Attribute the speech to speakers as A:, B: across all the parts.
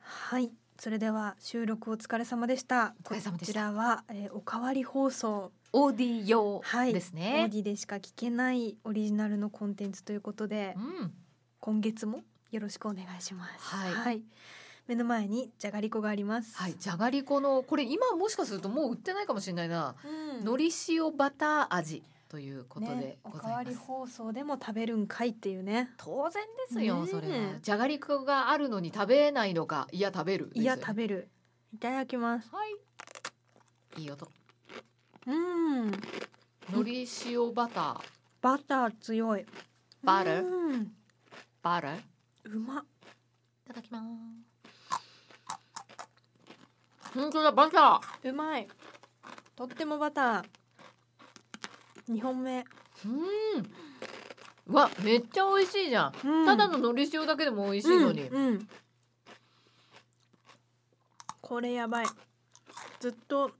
A: はいそれでは収録お疲れ様でした
B: お疲れ様でした
A: こちらは、えーおかわり放送
B: オーディ用
A: はい
B: です
A: オ
B: ね
A: ー。ディでしか聞けないオリジナルのコンテンツということで
B: うん、
A: 今月もよろしくお願いします
B: はい
A: 目の前にじゃがりこがあります
B: はい、じゃがりこのこれ今もしかするともう売ってないかもしれないな。
A: うん
B: のり塩バター味ということ
A: ね
B: で、
A: お
B: ご
A: か
B: ざ
A: わ
B: いま
A: り
B: す。
A: 放送でも食べるんかいっていうね
B: 当然ですよ、
A: ねえ
B: それは。じゃがりこがあるのに食べないのか、いや食べるです
A: い
B: よ
A: や
B: ね
A: 食べるいただきます
B: はい。いい音。
A: うん
B: のり塩バター、
A: バター強い
B: バター
A: うん
B: バラ。いう
A: ま
B: ただきます。本当だバタ
A: うまいとってもバター二本目、
B: ー。うん。うわ、めっちゃ美味しいじゃん。
A: うん
B: ただののり塩だけでも美味しいのに。
A: うんうんこれやばいずっと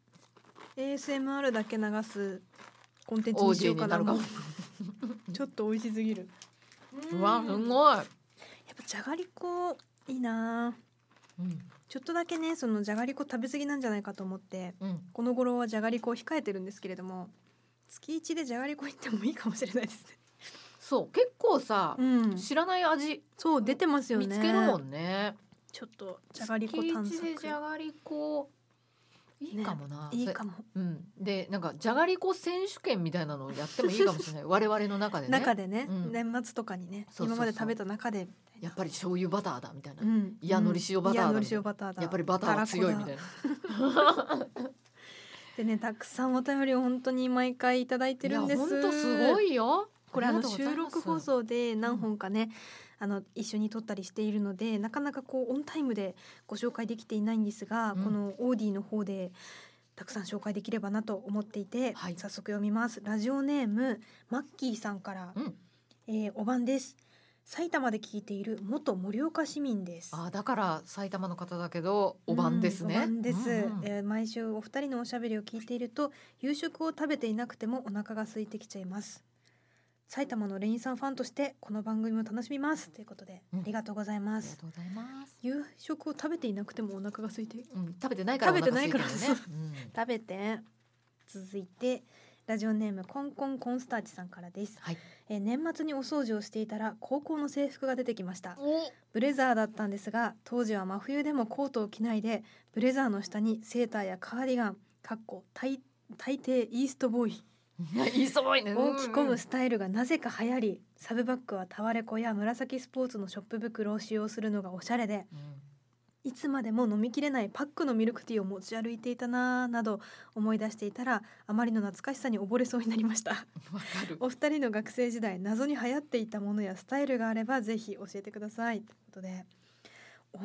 A: ASMR だけ流すコンテンツにしようかな
B: オーディーになる
A: もうちょっと美味しすぎる
B: うわす
A: やっ
B: ごい、
A: ぱじゃがりこいいな
B: うん
A: ちょっとだけねそのじゃがりこ食べ過ぎなんじゃないかと思って
B: うん、
A: この頃はじゃがりこを控えてるんですけれども月一でじゃがりこ行ってもいいかもしれないですね
B: そう結構さ、
A: うん
B: 知らない味
A: そう出てますよね
B: 見つけるもんね
A: ちょっとじゃがりこ探
B: 月一でじゃ
A: 索
B: がりこいいかもな、
A: いいかも
B: それうん、でなんかじゃがりこ選手権みたいなのをやってもいいかもしれない我々の中でね
A: 中でね、
B: うん
A: 年末とかにね
B: そうそうそう
A: 今まで食べた中でみたいな
B: やっぱり醤油バターだみたいな、
A: うん
B: いや
A: うん
B: のり塩バターだ
A: いやのり塩バターだ
B: やっぱりバターは強いみたい
A: たらこ
B: な
A: だでねたくさんお便りを本当に毎回いただいてるんです
B: 本当すごいよ
A: これあの
B: りがとうござ
A: 収
B: います
A: 録放送で何本かね、あの一緒に撮ったりしているのでなかなかこうオンタイムでご紹介できていないんですが、
B: うん
A: このオーディの方でたくさん紹介できればなと思っていて、
B: はい
A: 早速読みますラジオネームマッキーさんから、
B: うん
A: えーおばんです埼玉で聞いている元盛岡市民です
B: あだから埼玉の方だけどお晩ですね、
A: うんお晩です、
B: うんうん
A: えー毎週お二人のおしゃべりを聞いていると夕食を食べていなくてもお腹が空いてきちゃいます埼玉のレインさんファンとしてこの番組を楽しみますということで、
B: うん
A: ありがとうござい
B: あ
A: ま
B: りが
A: す
B: とうございます
A: 夕食を食べていなくてもお腹が空いて
B: うん、食べてないからお腹
A: 食べてない
B: 空いてるよね。うん
A: 食べて続いてラジオネームコンコンコンスターチさんからです、
B: はい
A: えー年末にお掃除をしていたら高校の制服が出てきました
B: お
A: ブレザーだったんですが当時は真冬でもコートを着ないでブレザーの下にセーターやカーディガンかっこ大大抵イーストボーイ
B: いいそういね。
A: を着込
B: うんう
A: む
B: ん
A: スタイルがなぜか流行りサブバッグはタワレコや紫スポーツのショップ袋を使用するのがおしゃれでいつまでも飲みきれないパックのミルクティーを持ち歩いていたなぁなど思い出していたらあまりの懐かしさに溺れそうになりました。
B: わかる。
A: お二人の学生時代謎に流行っていたものやスタイルがあればぜひ教えてくださいということで同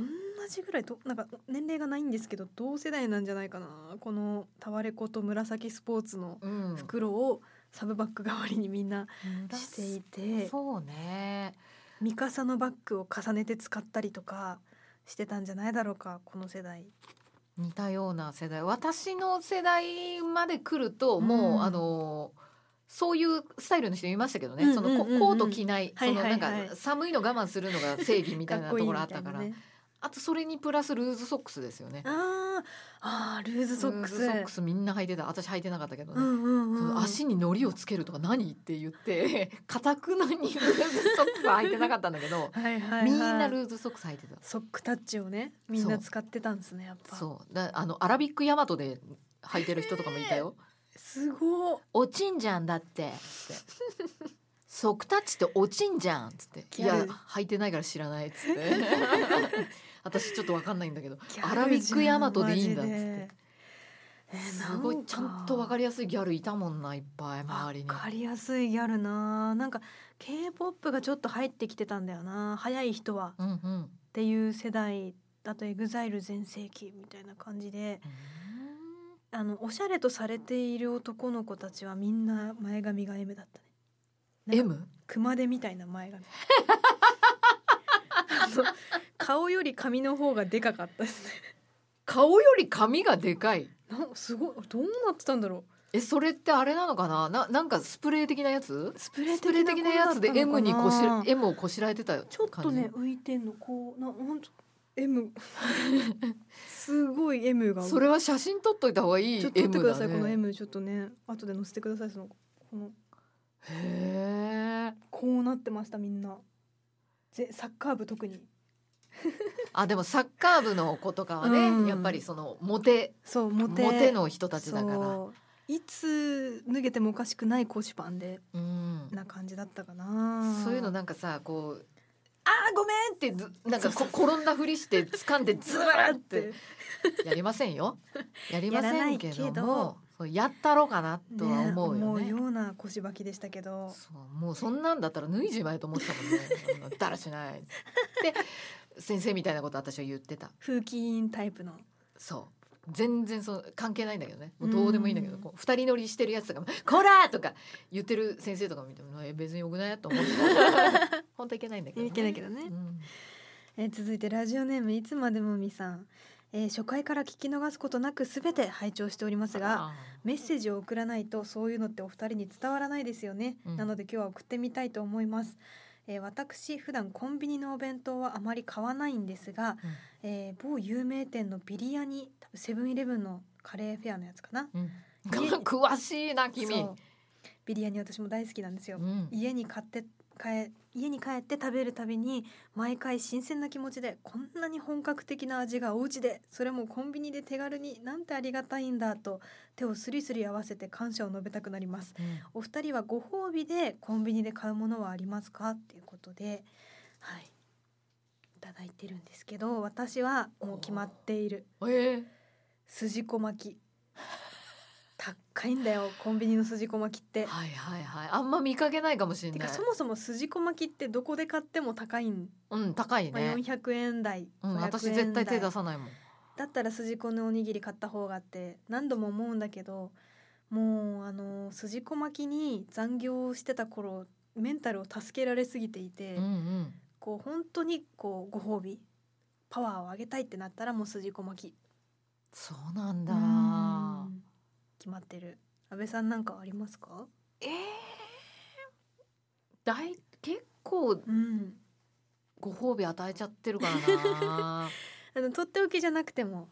A: じぐらいとなんか年齢がないんですけど同世代なんじゃないかなこのタワレコと紫スポーツの
B: うん
A: 袋をサブバッグ代わりにみんなしていて
B: そうね。
A: ミカサのバッグを重ねて使ったりとかしてたんじゃないだろうかこの世代
B: 似たような世代。私の世代まで来ると、
A: うん
B: もうあのそういうスタイルの人いましたけどね。
A: うん
B: そのコ
A: うんうんうん
B: コート着ない、
A: はいはいはい
B: そのなんか寒いの我慢するのが正義みた
A: かっ
B: いな
A: こい
B: と
A: い
B: こ
A: み
B: ろあったた
A: い
B: か
A: な
B: ら。
A: ね。
B: あとそれにプラスルーズソックスですよね。
A: あーあールーズソックス。
B: ルーズソックスみんな履いてた。私履いてなかったけどね。
A: うんうん
B: そ
A: うん、
B: の足に糊をつけるとか何って言って かたくなにルーズソックスは履いてなかったんだけど
A: はいはいはい、
B: みんなルーズソックス履いてた
A: ソックタッチをねみんな使ってたんですねやっぱ
B: そうだあのアラビックヤマトで履いてる人とかもい たよ
A: すごい
B: 「落ちんじゃんだって」つって「 ソックタッチって落ちんじゃん」っつって「
A: ギ
B: い
A: ャ
B: や
A: ル
B: 履いてないから知らない」っつって 私ちょっとわかんないんだけど
A: ギ
B: ア
A: ャ
B: ラビ
A: ルじ
B: ッ
A: ゃん
B: クヤマトでいいんだっつっ
A: マジで
B: て
A: えー
B: すごいちゃんとわか
A: り
B: りやすいギャルいたもんないっぱい周りに
A: わかりやすいギャルななんか K-POP がちょっと入ってきてたんだよな早い人は
B: うんうん
A: っていう世代だと EXILE 全盛期みたいな感じであのおしゃれとされている男の子たちはみんな前髪が M だったねなんか
B: M?
A: 熊手みたいな前 髪あの顔より髪の方がでかかったですね
B: 顔より髪がでかい
A: なすごいどうなってたんだろ
B: えそれってあれなのかなななんかスプレー的なやつ
A: うスプ
B: スプレー的なやつで M にこし M をこしらえてたよ
A: ちょっとね
B: 感
A: 浮いてんのこうなほんと M すごい M が
B: それは写真撮っといた方がいい
A: ちょ
B: M
A: っと撮ってくだ
B: だね
A: さい、この M ちょっとね後で載せてくださいそのこの
B: へえ
A: こうなってましたみんなぜサッカー部特に
B: あでもサッカー部の子とかはね、
A: うん
B: やっぱりそのモテ
A: そうモ
B: モ
A: テ
B: テの人たちだから
A: そういつ脱げてもおかしくない腰パンで
B: うん
A: な感じだったかな
B: そういうの
A: ん
B: なんかさこう「あーごめん!」ってずなんかこ転んだふりして掴んでズ
A: ず
B: バ
A: ら
B: ー
A: っ
B: って
A: て
B: やりません よやりませんけども
A: やらないけど
B: そうやったろかな とは
A: ね
B: 思うよね
A: ような腰ばきでしたけど
B: そうもうそんなんだったら脱いじまえと思ってたもんねそんなだらしない で先生みたいなこと私は言ってた
A: 風紀委員タイプの
B: そう全然そう関係ないんだけどねもうどうでもいいんだけど
A: うん
B: こう二人乗りしてるやつとかも「こら!」とか言ってる先生とか見てもえ別によくないと 思ってた本当いけないんだけど、
A: いけないけどね
B: うん
A: えー続いてラジオネームいつまでもみさん、えー初回から聞き逃すことなくすべて拝聴しておりますが
B: あ
A: メッセージを送らないとそういうのってお二人に伝わらないですよね、
B: うん
A: なので今日は送ってみたいと思います、えー私普段コンビニのお弁当はあまり買わないんですが、えー某有名店のビリヤニセブンイレブンのカレーフェアのやつかな
B: うん
A: 家
B: 詳しいな君
A: そうビリヤニ私も大好きなんですよ、
B: うん
A: 家に買って帰家に帰って食べるたびに毎回新鮮な気持ちでこんなに本格的な味がお家でそれもコンビニで手軽になんてありがたいんだと手をスリスリ合わせて感謝を述べたくなります
B: うん
A: お二人はご褒美でコンビニで買うものはありますかっていうことではいいただいてるんですけど私はもう決まっている
B: えー
A: 筋子巻き高いんだよコンビニの筋子巻きって
B: はいはいはいあんま見かけないかもしれ
A: て
B: な
A: か
B: い
A: そもそも筋子巻きってどこで買っても高いん、
B: うん高い
A: まあ、
B: ね、
A: 400円台、
B: うん、
A: 500
B: 私絶対手
A: 円
B: 出
A: 台
B: さないもん
A: だったら筋子のおにぎり買った方がって何度も思うんだけどもうあの筋子巻きに残業をしてた頃メンタルを助けられすぎていて、
B: うんうん
A: こう本当にこうご褒美パワーを上げたいってなったらもう筋子巻き
B: そうなんだ
A: うん決まってる安倍さんなんかありますか
B: えー、だい結構
A: うん
B: ご褒美与えちゃってるから な
A: あのとっておきじゃなくても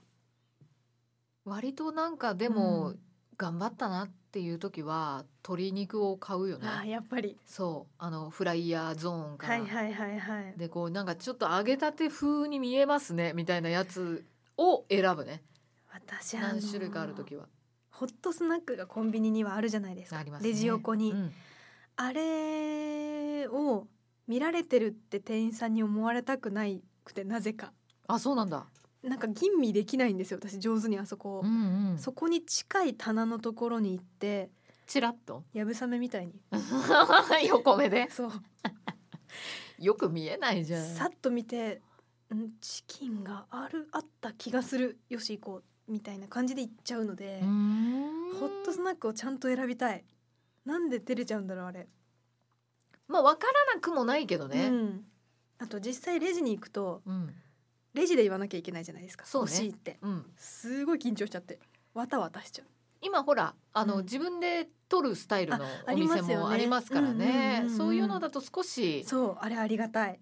B: 割となんかでも、頑張ったなっていう時は鶏肉を買うよ
A: うん
B: ね
A: あーやっぱり
B: そうあのフライヤーゾーンか
A: は
B: ら、
A: いはいはいはい
B: でこうなんかちょっと揚げたて風に見えますねみたいなやつを選ぶね
A: 私あの
B: 何種類かある時は
A: ホットスナックがコンビニにはあるじゃないですか
B: ありますね
A: レジ横に、
B: うん
A: あれを見られてるって店員さんに思われたくないくてなぜか
B: あそうなんだ
A: なんか吟味できないんですよ私上手にあそこを、
B: うんうん
A: そこに近い棚のところに行って
B: ちらっと
A: やぶさめみたいに
B: 横目で
A: そう
B: よく見えないじゃん
A: さっと見てんチキンがあるあった気がするよし行こうみたいな感じで行っちゃうので、
B: うーん
A: ホットスナックをちゃんと選びたいなんで照れちゃうんだろうあれ
B: まあ分からなくもないけど
A: う
B: ね、
A: ん、あと実際レジに行くと
B: うん
A: レジで言わなきゃいけないじゃないですか、
B: そうね
A: 欲しいって
B: うん
A: すごい緊張しちゃってわたわたしちゃう
B: 今ほらあの、
A: うん
B: 自分で取るスタイルのお店も
A: あ
B: あ
A: あ
B: り
A: り
B: ま
A: ますす
B: か
A: よね
B: らね
A: うんうんうんうん
B: そういうのだと少し
A: そうあれありがたい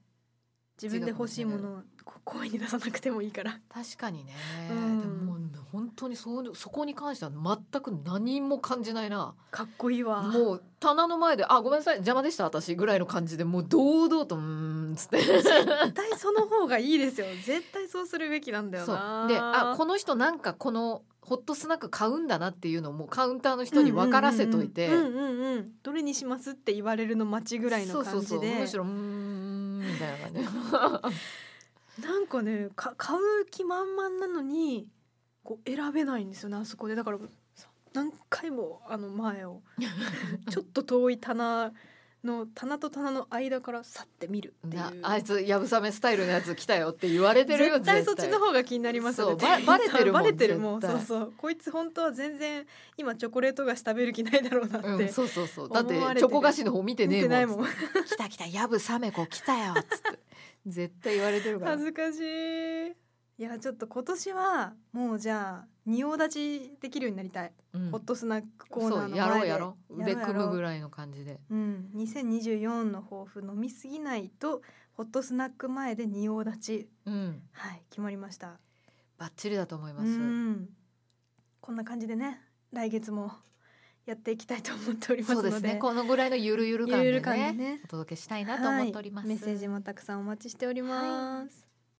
A: 自分で欲しいものをこ声に出さなくてもいい から
B: 確かにね、
A: うん
B: でももう本当にそうそこに関しては全く何も感じないな
A: かっこいいわ
B: もう棚の前で「あごめんなさい邪魔でした私」ぐらいの感じでもう堂々と「うーん」っつって
A: 絶対その方がいいですよ絶対そうするべきなんだよ
B: そう
A: な
B: であこの人なんかこのホットスナック買うんだなっていうのをもうカウンターの人に分からせといて、
A: うんうんうんうんうんうんどれにしますって言われるの待ちぐらいの感
B: そう
A: じ
B: そうそう
A: で
B: むしろうーんみたいな感じ
A: なんかねか買う気満々なのにこう選べないんですよねあそこでだからさ何回もあの前 をちょっと遠い棚の棚と棚の間からさって見る っていう
B: なあいつやぶさめスタイルのやつ来たよって言われてるよ
A: 絶対そっちの方が気になりますよね
B: そうばバレてるもん
A: バレてるもん
B: 絶
A: そう
B: 対
A: そうこいつ本当は全然今チョコレート菓子食べる気ないだろうなって、
B: うん、そうそうそうだって
A: 思われて
B: チ
A: る
B: ョコ菓子の方見て
A: 見
B: ねえ
A: て
B: も
A: ない
B: ん
A: もん
B: 来た来たやぶさめ子来たよっつって 絶対言われてるから
A: 恥ずかしいいやちょっと今年はもうじゃあ仁王立ちできるようになりたい、
B: うん
A: ホットスナックコーナー
B: そう
A: の前で
B: やろうやろう腕
A: やろうやろう
B: 組むぐらいの感じで
A: うん、2024の抱負飲みすぎないとホットスナック前で仁王立ち
B: うん、
A: はい決まりました
B: バッチリだと思いうます。
A: んこんな感じでね来月もやっていきたいと思っておりますの
B: そうで
A: です
B: ね。このぐらいのゆるゆる
A: ゆ
B: 感
A: る
B: で
A: ゆる感で
B: ね、
A: ね
B: お届けしたいなと思っております。
A: はい、メッセージもたくさんお待ちしております、